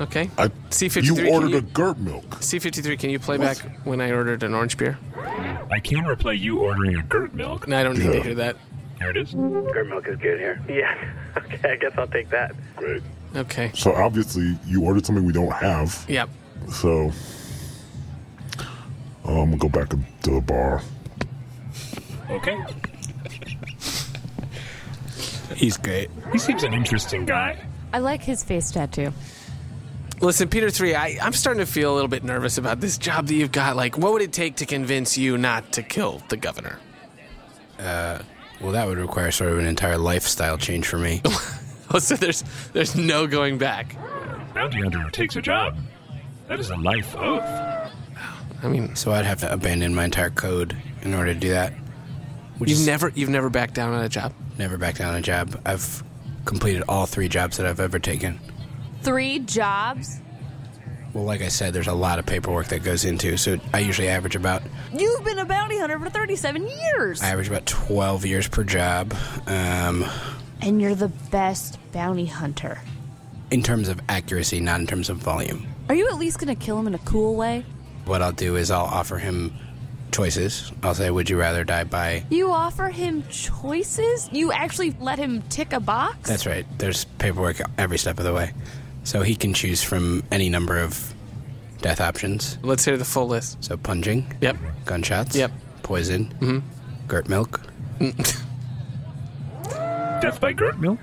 Speaker 2: Okay.
Speaker 11: I,
Speaker 2: C53,
Speaker 11: You
Speaker 2: can
Speaker 11: ordered
Speaker 2: you-
Speaker 11: a Gert milk.
Speaker 2: C53, can you play back when I ordered an orange beer?
Speaker 4: I can replay you ordering a Gert milk.
Speaker 2: No, I don't need to
Speaker 11: Yeah.
Speaker 2: hear that.
Speaker 4: Here it is.
Speaker 9: Goat milk is good here.
Speaker 6: Yeah.
Speaker 12: okay, I guess I'll take that.
Speaker 11: Great.
Speaker 2: Okay.
Speaker 11: So obviously, you ordered something we don't have.
Speaker 2: Yep.
Speaker 11: So um, I'm gonna go back to the bar.
Speaker 4: Okay.
Speaker 2: He's great.
Speaker 4: He seems an interesting guy.
Speaker 13: I like his face tattoo.
Speaker 2: Listen, Peter Three, I, I'm starting to feel a little bit nervous about this job that you've got. Like, what would it take to convince you not to kill the governor?
Speaker 9: Uh, well, that would require sort of an entire lifestyle change for me.
Speaker 2: Oh, so there's there's no going back.
Speaker 4: Bounty hunter takes a job. That is a life oath.
Speaker 2: I mean,
Speaker 9: so I'd have to abandon my entire code in order to do that.
Speaker 2: you've never you've never backed down on a job.
Speaker 9: Never back down on a job. I've completed all three jobs that I've ever taken.
Speaker 13: Three jobs?
Speaker 9: Well, like I said, there's a lot of paperwork that goes into, so I usually average about
Speaker 13: You've been a bounty hunter for 37 years.
Speaker 9: I average about 12 years per job. Um,
Speaker 13: and you're the best bounty hunter.
Speaker 9: in terms of accuracy, not in terms of volume.
Speaker 13: Are you at least going to kill him in a cool way?
Speaker 9: What I'll do is I'll offer him choices. I'll say, "Would you rather die by?"
Speaker 13: You offer him choices? You actually let him tick a box?
Speaker 9: That's right. There's paperwork every step of the way, so he can choose from any number of death options.
Speaker 2: Let's hear the full list.
Speaker 9: So punching.
Speaker 2: Yep.
Speaker 9: Gunshots.
Speaker 2: Yep.
Speaker 9: Poison. Mm-hmm. Gert milk.
Speaker 4: Death by Gert milk.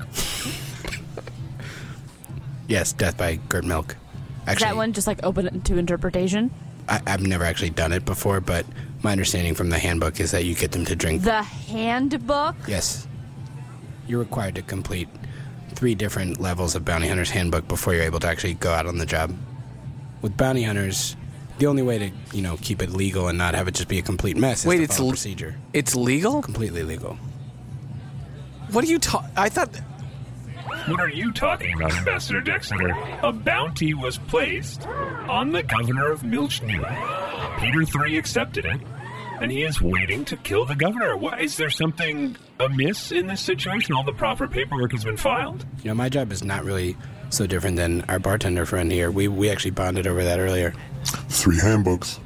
Speaker 9: Yes, death by Gert milk.
Speaker 13: Is
Speaker 9: Actually,
Speaker 13: that one just like open to interpretation?
Speaker 9: I, I've never actually done it before, but my understanding from the handbook is that you get them to drink.
Speaker 13: The handbook?
Speaker 9: Yes. You're required to complete three different levels of Bounty Hunter's Handbook before you're able to actually go out on the job. With Bounty Hunters, the only way to, you know, keep it legal and not have it just be a complete mess
Speaker 2: Wait,
Speaker 9: is to
Speaker 2: it's
Speaker 9: follow
Speaker 2: l-
Speaker 9: procedure.
Speaker 2: It's legal?
Speaker 9: Completely legal.
Speaker 2: What are you talking? I thought
Speaker 4: What are you talking about, Ambassador Dexter? A bounty was placed on the governor of Milchnew. Peter Three accepted it, and he is waiting to kill the governor. Why is there something amiss in this situation? All the proper paperwork has been filed.
Speaker 9: You know, my job is not really so different than our bartender friend here. We, we actually bonded over that earlier.
Speaker 11: Three handbooks.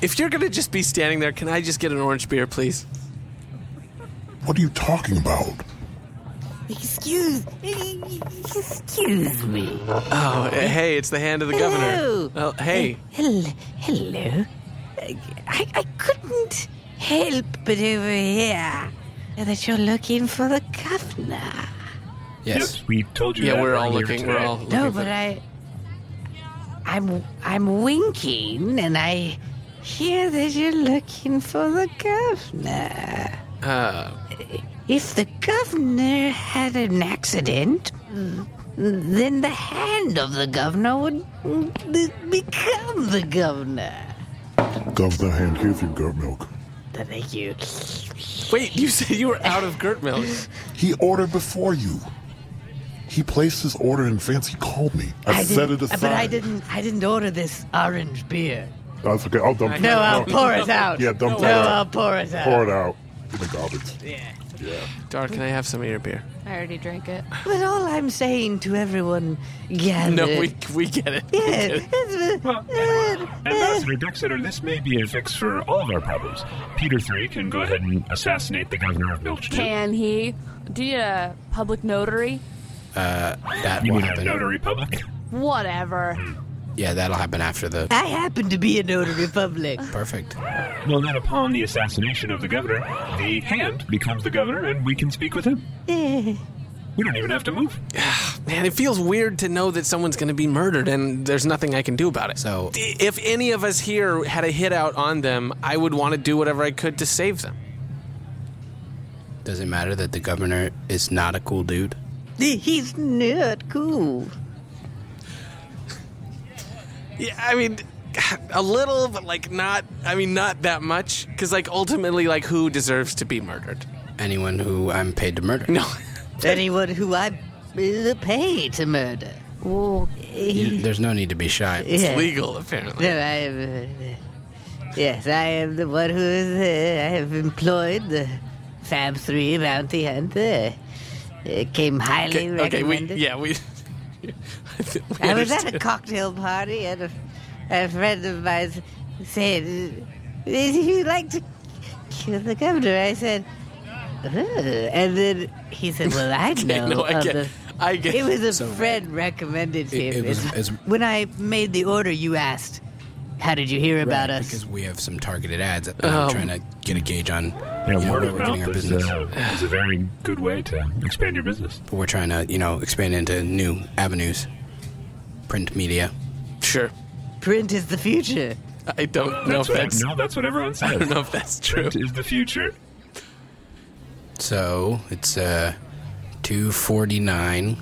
Speaker 2: if you're gonna just be standing there, can I just get an orange beer, please?
Speaker 11: What are you talking about?
Speaker 8: Excuse, excuse me.
Speaker 2: Oh, eh, hey, it's the hand of the
Speaker 8: Hello.
Speaker 2: governor. Oh, hey,
Speaker 8: Hello. Hello. I, I couldn't help but overhear that you're looking for the governor.
Speaker 9: Yes.
Speaker 4: we told you.
Speaker 2: Yeah,
Speaker 4: that
Speaker 2: we're all
Speaker 4: earlier
Speaker 2: looking.
Speaker 4: today.
Speaker 2: We're all looking.
Speaker 8: No,
Speaker 2: for-
Speaker 8: but I, I'm I'm winking, and I hear that you're looking for the governor.
Speaker 2: Uh,
Speaker 8: If the governor had an accident, then the hand of the governor would become the governor.
Speaker 11: Gov the hand. Here's your Gert milk.
Speaker 8: Thank you.
Speaker 2: wait, you said you were out of Gert milk.
Speaker 11: He ordered before you. He placed his order in advance. He called me. I, set it
Speaker 8: didn't-
Speaker 11: aside.
Speaker 8: But I didn't. I didn't order this orange beer.
Speaker 11: That's okay. I'll dump.
Speaker 8: No, I'll
Speaker 11: dump-
Speaker 8: pour it out.
Speaker 11: Yeah, dump
Speaker 8: No,
Speaker 11: it out.
Speaker 8: I'll pour it out.
Speaker 11: Pour it out in the garbage. Yeah.
Speaker 2: Dar, can I have some of your beer?
Speaker 8: I already drank it. But all I'm saying to everyone gathered.
Speaker 2: No, we we get it. We get it.
Speaker 4: Ambassador Dexter, this may be a fix for all of our problems. Peter Three can go ahead and assassinate the governor of Milchnew.
Speaker 13: Can he? Do you need a public notary?
Speaker 9: Uh, that
Speaker 4: You
Speaker 9: will
Speaker 4: mean a
Speaker 9: happen.
Speaker 4: notary public?
Speaker 13: Whatever.
Speaker 9: Yeah, that'll happen after the.
Speaker 8: I happen to be a notary public.
Speaker 9: Perfect.
Speaker 4: Well, then, upon the assassination of the governor, the hand becomes the governor, and we can speak with him. We don't even have to move.
Speaker 2: Man, it feels weird to know that someone's going to be murdered and there's nothing I can do about it.
Speaker 9: So,
Speaker 2: if any of us here had a hit out on them, I would want to do whatever I could to save them.
Speaker 9: Does it matter that the governor is not a cool dude?
Speaker 8: He's not cool.
Speaker 2: Yeah, I mean, a little, but like not. I mean, not that much. Because like ultimately, like who deserves to be murdered?
Speaker 9: Anyone who I'm paid to murder.
Speaker 2: No.
Speaker 8: Anyone who I uh, pay to murder. Oh,
Speaker 9: You- there's no need to be shy.
Speaker 8: It's Yeah. legal,
Speaker 2: apparently.
Speaker 8: No, I am, uh, yes, I am the one who is. Uh, I have employed the Fab Three bounty hunter. It came highly
Speaker 2: Okay, okay, we
Speaker 8: recommended.
Speaker 2: yeah we.
Speaker 8: I
Speaker 2: we
Speaker 8: was at a
Speaker 2: understand.
Speaker 8: cocktail party, and a, a friend of mine said, "If you like to kill the governor," I said, and then he said, "Well, I
Speaker 14: Okay,
Speaker 8: know."
Speaker 14: no, I
Speaker 8: of
Speaker 14: get-
Speaker 8: the-
Speaker 2: I get-
Speaker 8: It was a
Speaker 14: So-
Speaker 8: friend recommended
Speaker 9: It-
Speaker 8: him.
Speaker 9: it was-
Speaker 8: It's-
Speaker 9: it's-
Speaker 8: when I made the order, you asked, "How did you hear about
Speaker 9: Right,
Speaker 8: us?"
Speaker 9: Because we have some targeted ads. and
Speaker 2: Oh.
Speaker 9: I'm trying to get a gauge on you know,
Speaker 4: Yeah,
Speaker 9: where
Speaker 4: word
Speaker 9: we're
Speaker 4: of mouth
Speaker 9: getting our
Speaker 4: is,
Speaker 9: business.
Speaker 4: uh, is a very good way to expand your business.
Speaker 9: But we're trying to, you know, expand into new avenues. Print media.
Speaker 2: Sure.
Speaker 8: Print is the future.
Speaker 2: I don't
Speaker 4: That's what, no, that's what everyone says.
Speaker 9: I don't know if
Speaker 2: that's
Speaker 9: true.
Speaker 4: Print is the future.
Speaker 9: So it's uh, two forty nine.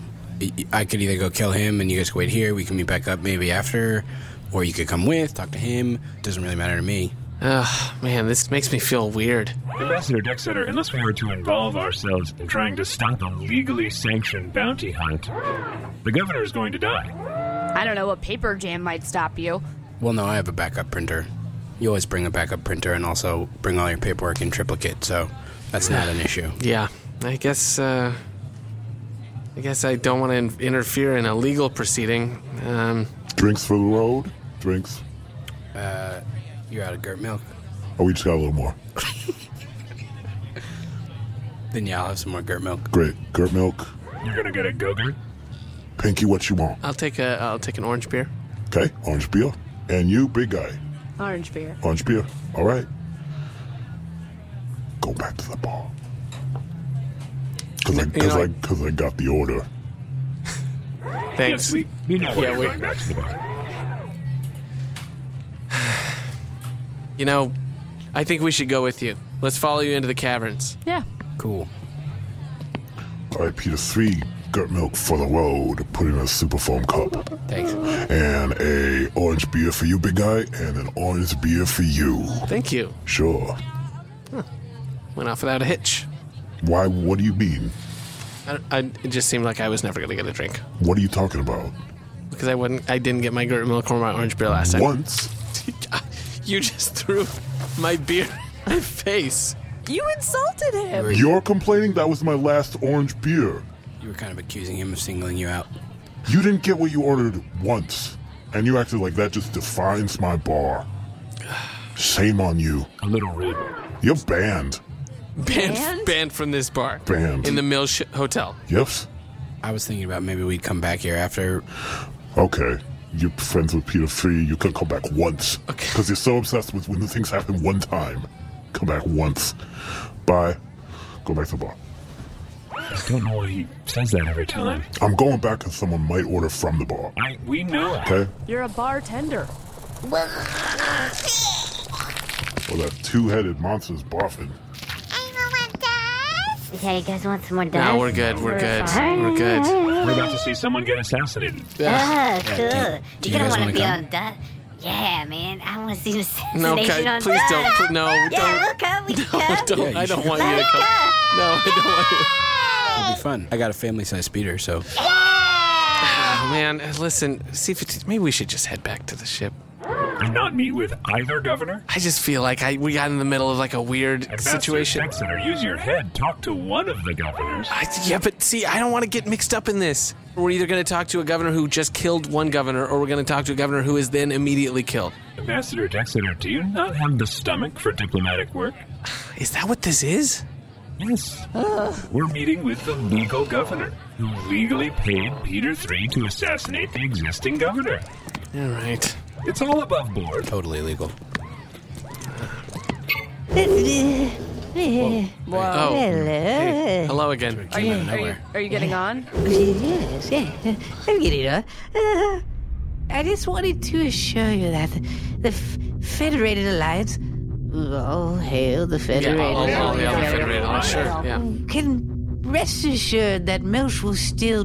Speaker 9: I could either go kill him and you guys could wait here. We can meet back up maybe after, or you could come with, talk to him. Doesn't really matter to me.
Speaker 2: Ugh, man, this makes me feel weird.
Speaker 4: Ambassador Dexter, unless we were to involve ourselves in trying to stop a legally sanctioned bounty hunt, the governor is going to die.
Speaker 13: I don't know, a paper jam might stop you.
Speaker 9: Well, no, I have a backup printer. You always bring a backup printer and also bring all your paperwork in triplicate, so that's not an issue.
Speaker 2: Yeah, I guess. Uh, I guess I don't want to in- interfere in a legal proceeding. Um,
Speaker 11: Drinks for the road. Drinks.
Speaker 9: Uh, you're out of Gert milk.
Speaker 11: Oh, we just got a little more.
Speaker 9: Then yeah, I'll have some more Gert milk.
Speaker 11: Great. Gert milk.
Speaker 4: You're gonna get a go-gurt?
Speaker 11: Pinky, what you want?
Speaker 2: I'll take a. I'll take an orange beer.
Speaker 11: Okay. Orange beer. And you, big guy.
Speaker 13: Orange beer.
Speaker 11: Orange beer. All right. Go back to the bar. Because I,
Speaker 4: You
Speaker 11: cause
Speaker 4: know,
Speaker 11: I, cause I got the order.
Speaker 2: Thanks.
Speaker 4: Yes, we, we know where
Speaker 2: Yeah,
Speaker 4: you're
Speaker 2: we-
Speaker 4: going back to the bar.
Speaker 2: You know, I think we should go with you. Let's follow you into the caverns.
Speaker 13: Yeah.
Speaker 9: Cool.
Speaker 11: All right, Peter, three Gert milk for the road. Put in a super foam cup.
Speaker 9: Thanks.
Speaker 11: And a orange beer for you, big guy. And an orange beer for you.
Speaker 2: Thank you.
Speaker 11: Sure.
Speaker 2: Went off without a hitch.
Speaker 11: Why? What do you mean?
Speaker 2: I, I- it just seemed like I was never going to get a drink
Speaker 11: What are you talking about?
Speaker 2: because I wouldn't. I didn't get my Gert milk or my orange beer last time.
Speaker 11: Once.
Speaker 2: you just threw my beer in my face.
Speaker 13: You insulted him.
Speaker 11: You're complaining that was my last orange beer.
Speaker 9: You were kind of accusing him of singling you out.
Speaker 11: You didn't get what you ordered once, and you acted like that just defines my bar. Shame on you.
Speaker 4: A little rude.
Speaker 11: You're banned.
Speaker 2: Banned, banned, from this bar.
Speaker 11: Banned.
Speaker 2: in the Mill sh- Hotel.
Speaker 11: Yes?
Speaker 9: I was thinking about maybe we'd come back here after.
Speaker 11: Okay. You're friends with Peter Free. You could come back once. Okay. Because you're so obsessed with when the things happen one time. Come back once. Bye. Go back to the bar.
Speaker 4: I don't know why he says that every time.
Speaker 11: I'm going back because someone might order from the bar.
Speaker 4: I, we know.
Speaker 11: Okay?
Speaker 13: You're a bartender.
Speaker 11: Well, that two headed monster's barfing.
Speaker 10: Yeah, you guys want some more dust?
Speaker 2: No, we're good. We're good.
Speaker 10: Ah.
Speaker 2: We're good.
Speaker 4: We're about to see someone get assassinated.
Speaker 10: Ugh,
Speaker 2: Yeah,
Speaker 10: cool.
Speaker 2: do- do you
Speaker 10: you gonna
Speaker 2: guys
Speaker 10: want to
Speaker 2: wanna
Speaker 10: be
Speaker 2: come?
Speaker 10: on that? Yeah, man. I want to see the assassination
Speaker 2: No, okay,
Speaker 10: on
Speaker 2: please
Speaker 10: that.
Speaker 2: don't. Pl- no,
Speaker 10: Yeah,
Speaker 2: don't.
Speaker 10: we'll come. We
Speaker 2: No,
Speaker 10: can come.
Speaker 2: don't. I don't want you to come. No, I don't want you.
Speaker 9: It'll be fun. I got a family size speeder, so
Speaker 2: Oh, man, listen. See if it, maybe we should just head back to the ship.
Speaker 4: And not meet with either governor?
Speaker 2: I just feel like I we got in the middle of like a weird situation.
Speaker 4: Ambassador Dexter, use your head. Talk to one of the governors.
Speaker 2: I, yeah, but see, I don't want to get mixed up in this. We're either going to talk to a governor who just killed one governor, or we're going to talk to a governor who is then immediately killed.
Speaker 4: Ambassador Dexter, do you not have the stomach for diplomatic work?
Speaker 2: Is that what this is?
Speaker 4: Yes. We're meeting with the legal governor, who legally paid Peter III to assassinate the existing governor.
Speaker 2: All right.
Speaker 4: It's all above board.
Speaker 9: totally illegal.
Speaker 8: Hello.
Speaker 2: Oh. Hey, hello again.
Speaker 8: Are you- are you-
Speaker 3: Are you getting on?
Speaker 8: Yes, yeah. I'm getting on. Uh, I just wanted to assure you that the F- Federated Alliance, all hail the
Speaker 2: oh,
Speaker 8: Federated
Speaker 2: all- all hail the
Speaker 8: Alliance,
Speaker 2: Federated Alliance, sure, yeah.
Speaker 8: can rest assured that Melch will still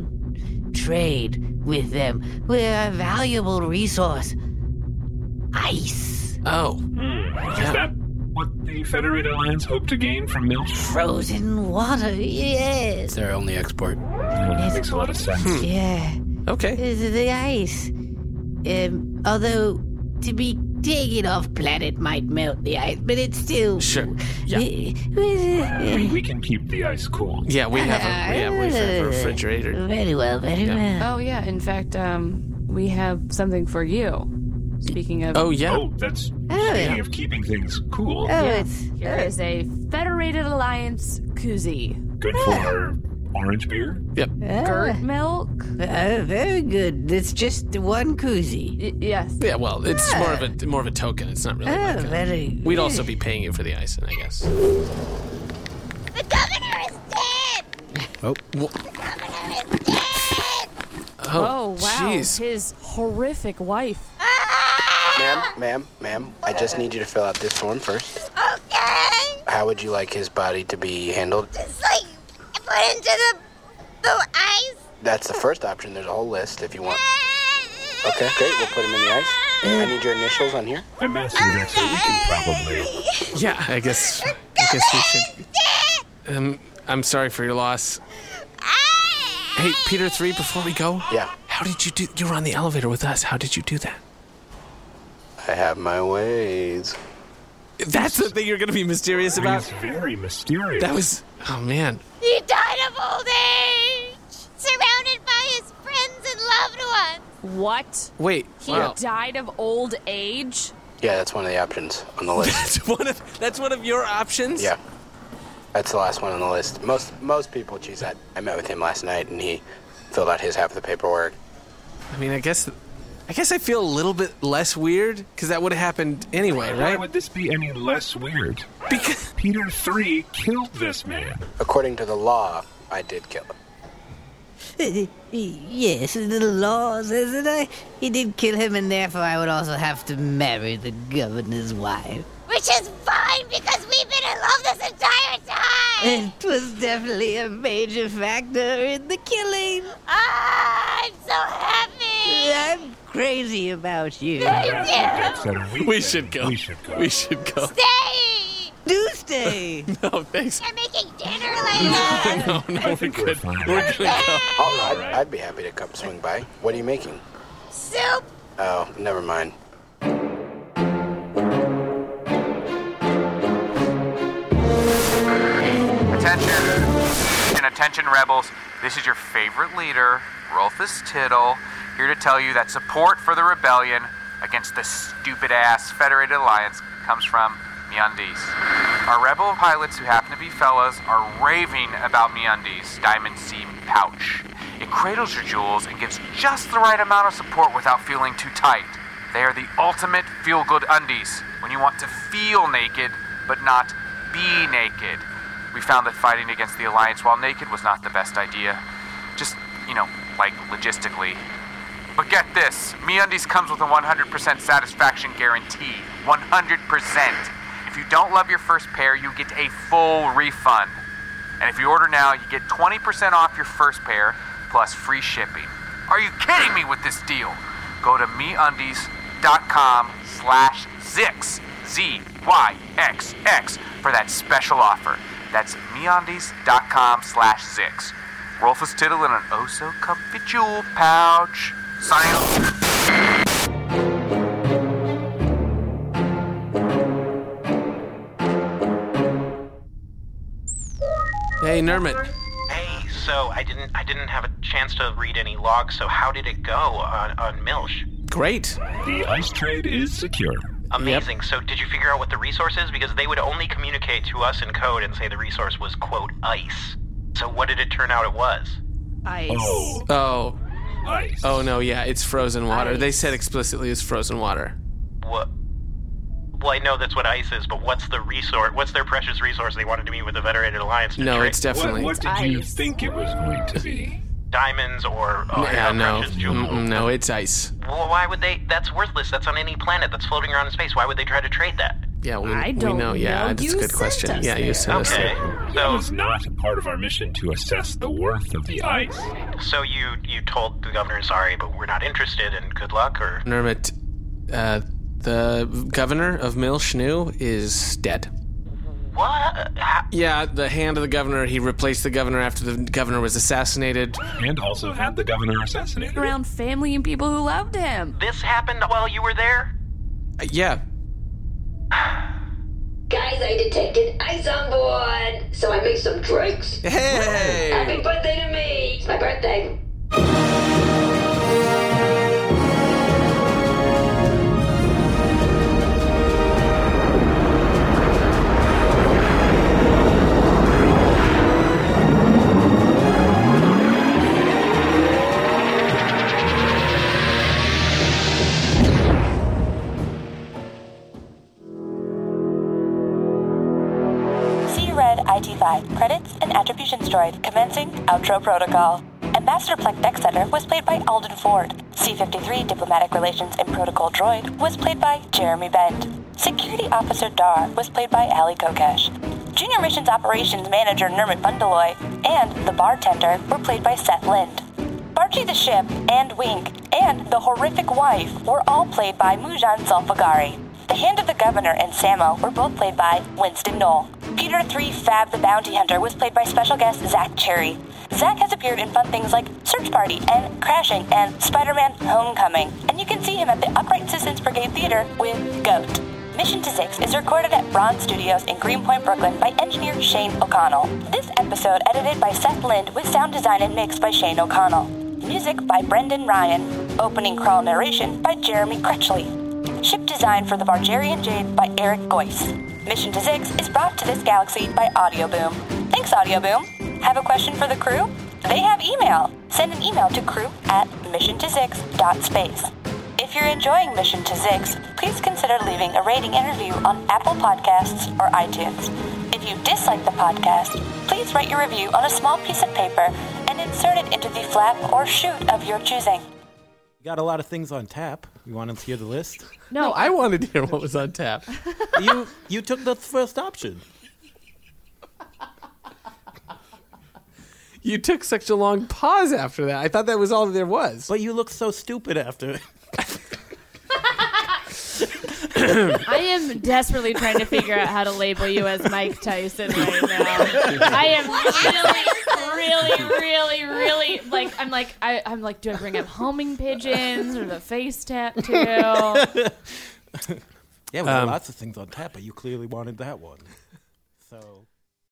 Speaker 8: trade with them. We're a valuable resource. Ice.
Speaker 2: Oh.
Speaker 4: Hmm. Is that what the Federated Alliance hoped to gain from Milch?
Speaker 8: Frozen water, yes.
Speaker 9: It's their only export.
Speaker 4: Hmm, That makes a lot of sense.
Speaker 2: Hmm.
Speaker 8: Yeah.
Speaker 2: Okay.
Speaker 8: The, the ice. Um, although to be taken off planet might melt the ice, but it's still Eh,
Speaker 2: Sure. Yeah.
Speaker 4: We, we can keep the ice cool.
Speaker 2: Yeah, we have a Oh, yeah, we have
Speaker 3: Uh,
Speaker 2: a refrigerator.
Speaker 8: Very well, very
Speaker 2: Yeah.
Speaker 8: well.
Speaker 3: Oh yeah. In fact, um, we have something for you. Speaking of,
Speaker 2: Oh yeah.
Speaker 4: Oh, that's Speaking of keeping things cool,
Speaker 3: Oh, it's here
Speaker 8: uh,
Speaker 3: is a Federated Alliance koozie.
Speaker 4: good for orange beer.
Speaker 2: Yep.
Speaker 8: Ah.
Speaker 3: Gerd milk.
Speaker 8: Uh, very good. It's just one koozie.
Speaker 3: Y- yes.
Speaker 2: Yeah, well, it's more of a more of a token. It's not really.
Speaker 8: Oh,
Speaker 2: like a-
Speaker 8: very
Speaker 2: We'd also be paying you for the icing, I guess.
Speaker 15: Oh.
Speaker 3: Oh, wow.
Speaker 9: jeez.
Speaker 3: His horrific wife.
Speaker 9: Ma'am, ma'am, ma'am, I just need you to fill out this form first. Okay. How would you like his body to be handled?
Speaker 5: It's like put into the the ice.
Speaker 9: That's the first option. There's a whole list if you want. Okay, great. We'll put him in the ice. I need your initials on here.
Speaker 4: I mastered it, so we can probably.
Speaker 2: Yeah, I guess. I guess we should. Um, I'm sorry for your loss. Hey, Peter Three. Before we go.
Speaker 9: Yeah.
Speaker 2: How did you do? You were on the elevator with us. How did you do that?
Speaker 9: I have my ways.
Speaker 2: That's the thing you're going to be mysterious about.
Speaker 4: very mysterious.
Speaker 2: That was. Oh man.
Speaker 5: He died of old age, surrounded by his friends and loved ones.
Speaker 3: What?
Speaker 2: Wait.
Speaker 3: He died of old age?
Speaker 9: Yeah, that's one of the options on the list.
Speaker 2: that's one of that's one of your options.
Speaker 9: Yeah. That's the last one on the list. Most most people choose that. I met with him last night and he filled out his half of the paperwork.
Speaker 2: I mean, I guess. I guess I feel a little bit less weird because that would have happened anyway,
Speaker 4: Why
Speaker 2: right?
Speaker 4: would this be any less weird?
Speaker 2: Because
Speaker 4: Peter Three killed this man.
Speaker 9: According to the law, I did kill him.
Speaker 8: Yes, the law says that I, he did kill him, and therefore I would also have to marry the governor's wife.
Speaker 5: Which is fine because we've been in love this entire time.
Speaker 8: It was definitely a major factor in the killing.
Speaker 5: Ah, I'm so happy.
Speaker 8: I'm crazy about you.
Speaker 5: Thank you.
Speaker 2: We should go. We should go. We should go.
Speaker 5: Stay.
Speaker 8: Do stay.
Speaker 2: no, thanks.
Speaker 5: They're making dinner later.
Speaker 2: no, no, I think we're fine. We're good.
Speaker 9: All right, I'd be happy to come swing by. What are you making?
Speaker 5: Soup.
Speaker 9: Oh, never mind.
Speaker 16: Attention! And attention, rebels. This is your favorite leader, Rolfus Tittle, here to tell you that support for the rebellion against the stupid ass Federated Alliance comes from Meundies. Our rebel pilots who happen to be fellas are raving about Meundies' diamond seam pouch. It cradles your jewels and gives just the right amount of support without feeling too tight. They are the ultimate feel good undies when you want to feel naked but not be naked. We found that fighting against the Alliance while naked was not the best idea. Just, you know, like logistically. But get this MeUndies comes with a 100% satisfaction guarantee. 100%. If you don't love your first pair, you get a full refund. And if you order now, you get 20% off your first pair plus free shipping. Are you kidding me with this deal? Go to meundies.com slash Zix, Z-Y-X-X, for that special offer. That's meundies.com slash Zix. Rolfus Tittle in an oh-so-comfy jewel pouch. Sign
Speaker 2: Hey, Nermit.
Speaker 6: Hey, so I didn't I didn't have a chance to read any logs. So how did it go on on Milch?
Speaker 2: Great.
Speaker 4: The ice trade is secure.
Speaker 6: Amazing. So did you figure out what the resource is? Because they would only communicate to us in code and say the resource was quote ice. So what did it turn out it was?
Speaker 3: Ice.
Speaker 2: Oh. Oh no, yeah, it's frozen water. They said explicitly it's frozen water.
Speaker 6: What? Well, I know that's what ice is, but what's the resource? What's their precious resource they wanted to meet with the Federated Alliance? To
Speaker 2: No,
Speaker 6: trade?
Speaker 2: it's definitely-
Speaker 4: What did you think it was going to be?
Speaker 6: Diamonds or oh, yeah,
Speaker 2: yeah, no,
Speaker 6: precious
Speaker 2: Mm-mm, no, it's ice.
Speaker 6: Well, why would they? That's worthless. That's on any planet that's floating around in space. Why would they try to trade that?
Speaker 2: Yeah, we,
Speaker 6: I
Speaker 2: we
Speaker 6: don't
Speaker 2: know. Yeah,
Speaker 6: know.
Speaker 2: that's
Speaker 6: You
Speaker 2: a good
Speaker 6: sent
Speaker 2: question.
Speaker 6: us
Speaker 2: yeah, you
Speaker 6: there.
Speaker 2: sent us
Speaker 6: Okay.
Speaker 2: there.
Speaker 4: That was not part of our mission to assess the worth of the ice.
Speaker 6: So you you told the governor, sorry, but we're not interested, and good luck, or
Speaker 2: Nermit, uh, the governor of Milshnu is dead.
Speaker 6: what?
Speaker 2: Yeah, the hand of the governor. He replaced the governor after the governor was assassinated.
Speaker 4: And also had the governor assassinated.
Speaker 3: Around family and people who loved him.
Speaker 6: This happened while you were there?
Speaker 2: yeah.
Speaker 5: Guys, I detected ice on board, so I made some drinks.
Speaker 2: Hey!
Speaker 5: Happy birthday to me! It's my birthday.
Speaker 17: Commencing outro protocol. Ambassador Plek Dexeter was played by Alden Ford. C-53 Diplomatic Relations and Protocol Droid was played by Jeremy Bend. Security Officer Dar was played by Ali Kokesh. Junior Missions Operations Manager Nermit Bundeloy and the bartender were played by Seth Lind. Barchi the Ship and Wink and the Horrific Wife were all played by Mujan Zulfagari. The Hand of the Governor and Samo were both played by Winston Knoll. Peter 3 Fab the Bounty Hunter was played by special guest Zach Cherry. Zach has appeared in fun things like Search Party and Crashing and Spider Man Homecoming, and you can see him at the Upright Citizens Brigade Theater with GOAT. Mission to Six is recorded at Bronze Studios in Greenpoint, Brooklyn by engineer Shane O'Connell. This episode edited by Seth Lind with sound design and mix by Shane O'Connell. Music by Brendan Ryan. Opening crawl narration by Jeremy Crutchley. Ship design for the Vargerian Jade by Eric Goyce. Mission to Six is brought to this galaxy by Audio Boom. Thanks, Audio Boom. Have a question for the crew? They have email. Send an email to crew at mission to six dot space. If you're enjoying Mission to Six, please consider leaving a rating and review on Apple Podcasts or iTunes. If you dislike the podcast, please write your review on a small piece of paper and insert it into the flap or chute of your choosing.
Speaker 18: Got a lot of things on tap. You wanted to hear the list?
Speaker 2: No, I wanted to hear what was on tap.
Speaker 18: you you took the first option.
Speaker 2: You took such a long pause after that. I thought that was all there was.
Speaker 18: But you look so stupid after.
Speaker 3: I am desperately trying to figure out how to label you as Mike Tyson right now. I am really, really, really, really like I'm like I, I'm like, do I bring up homing pigeons or the face tattoo?
Speaker 18: Yeah, we had
Speaker 2: Um,
Speaker 18: lots of things on tap, but you clearly wanted that one. So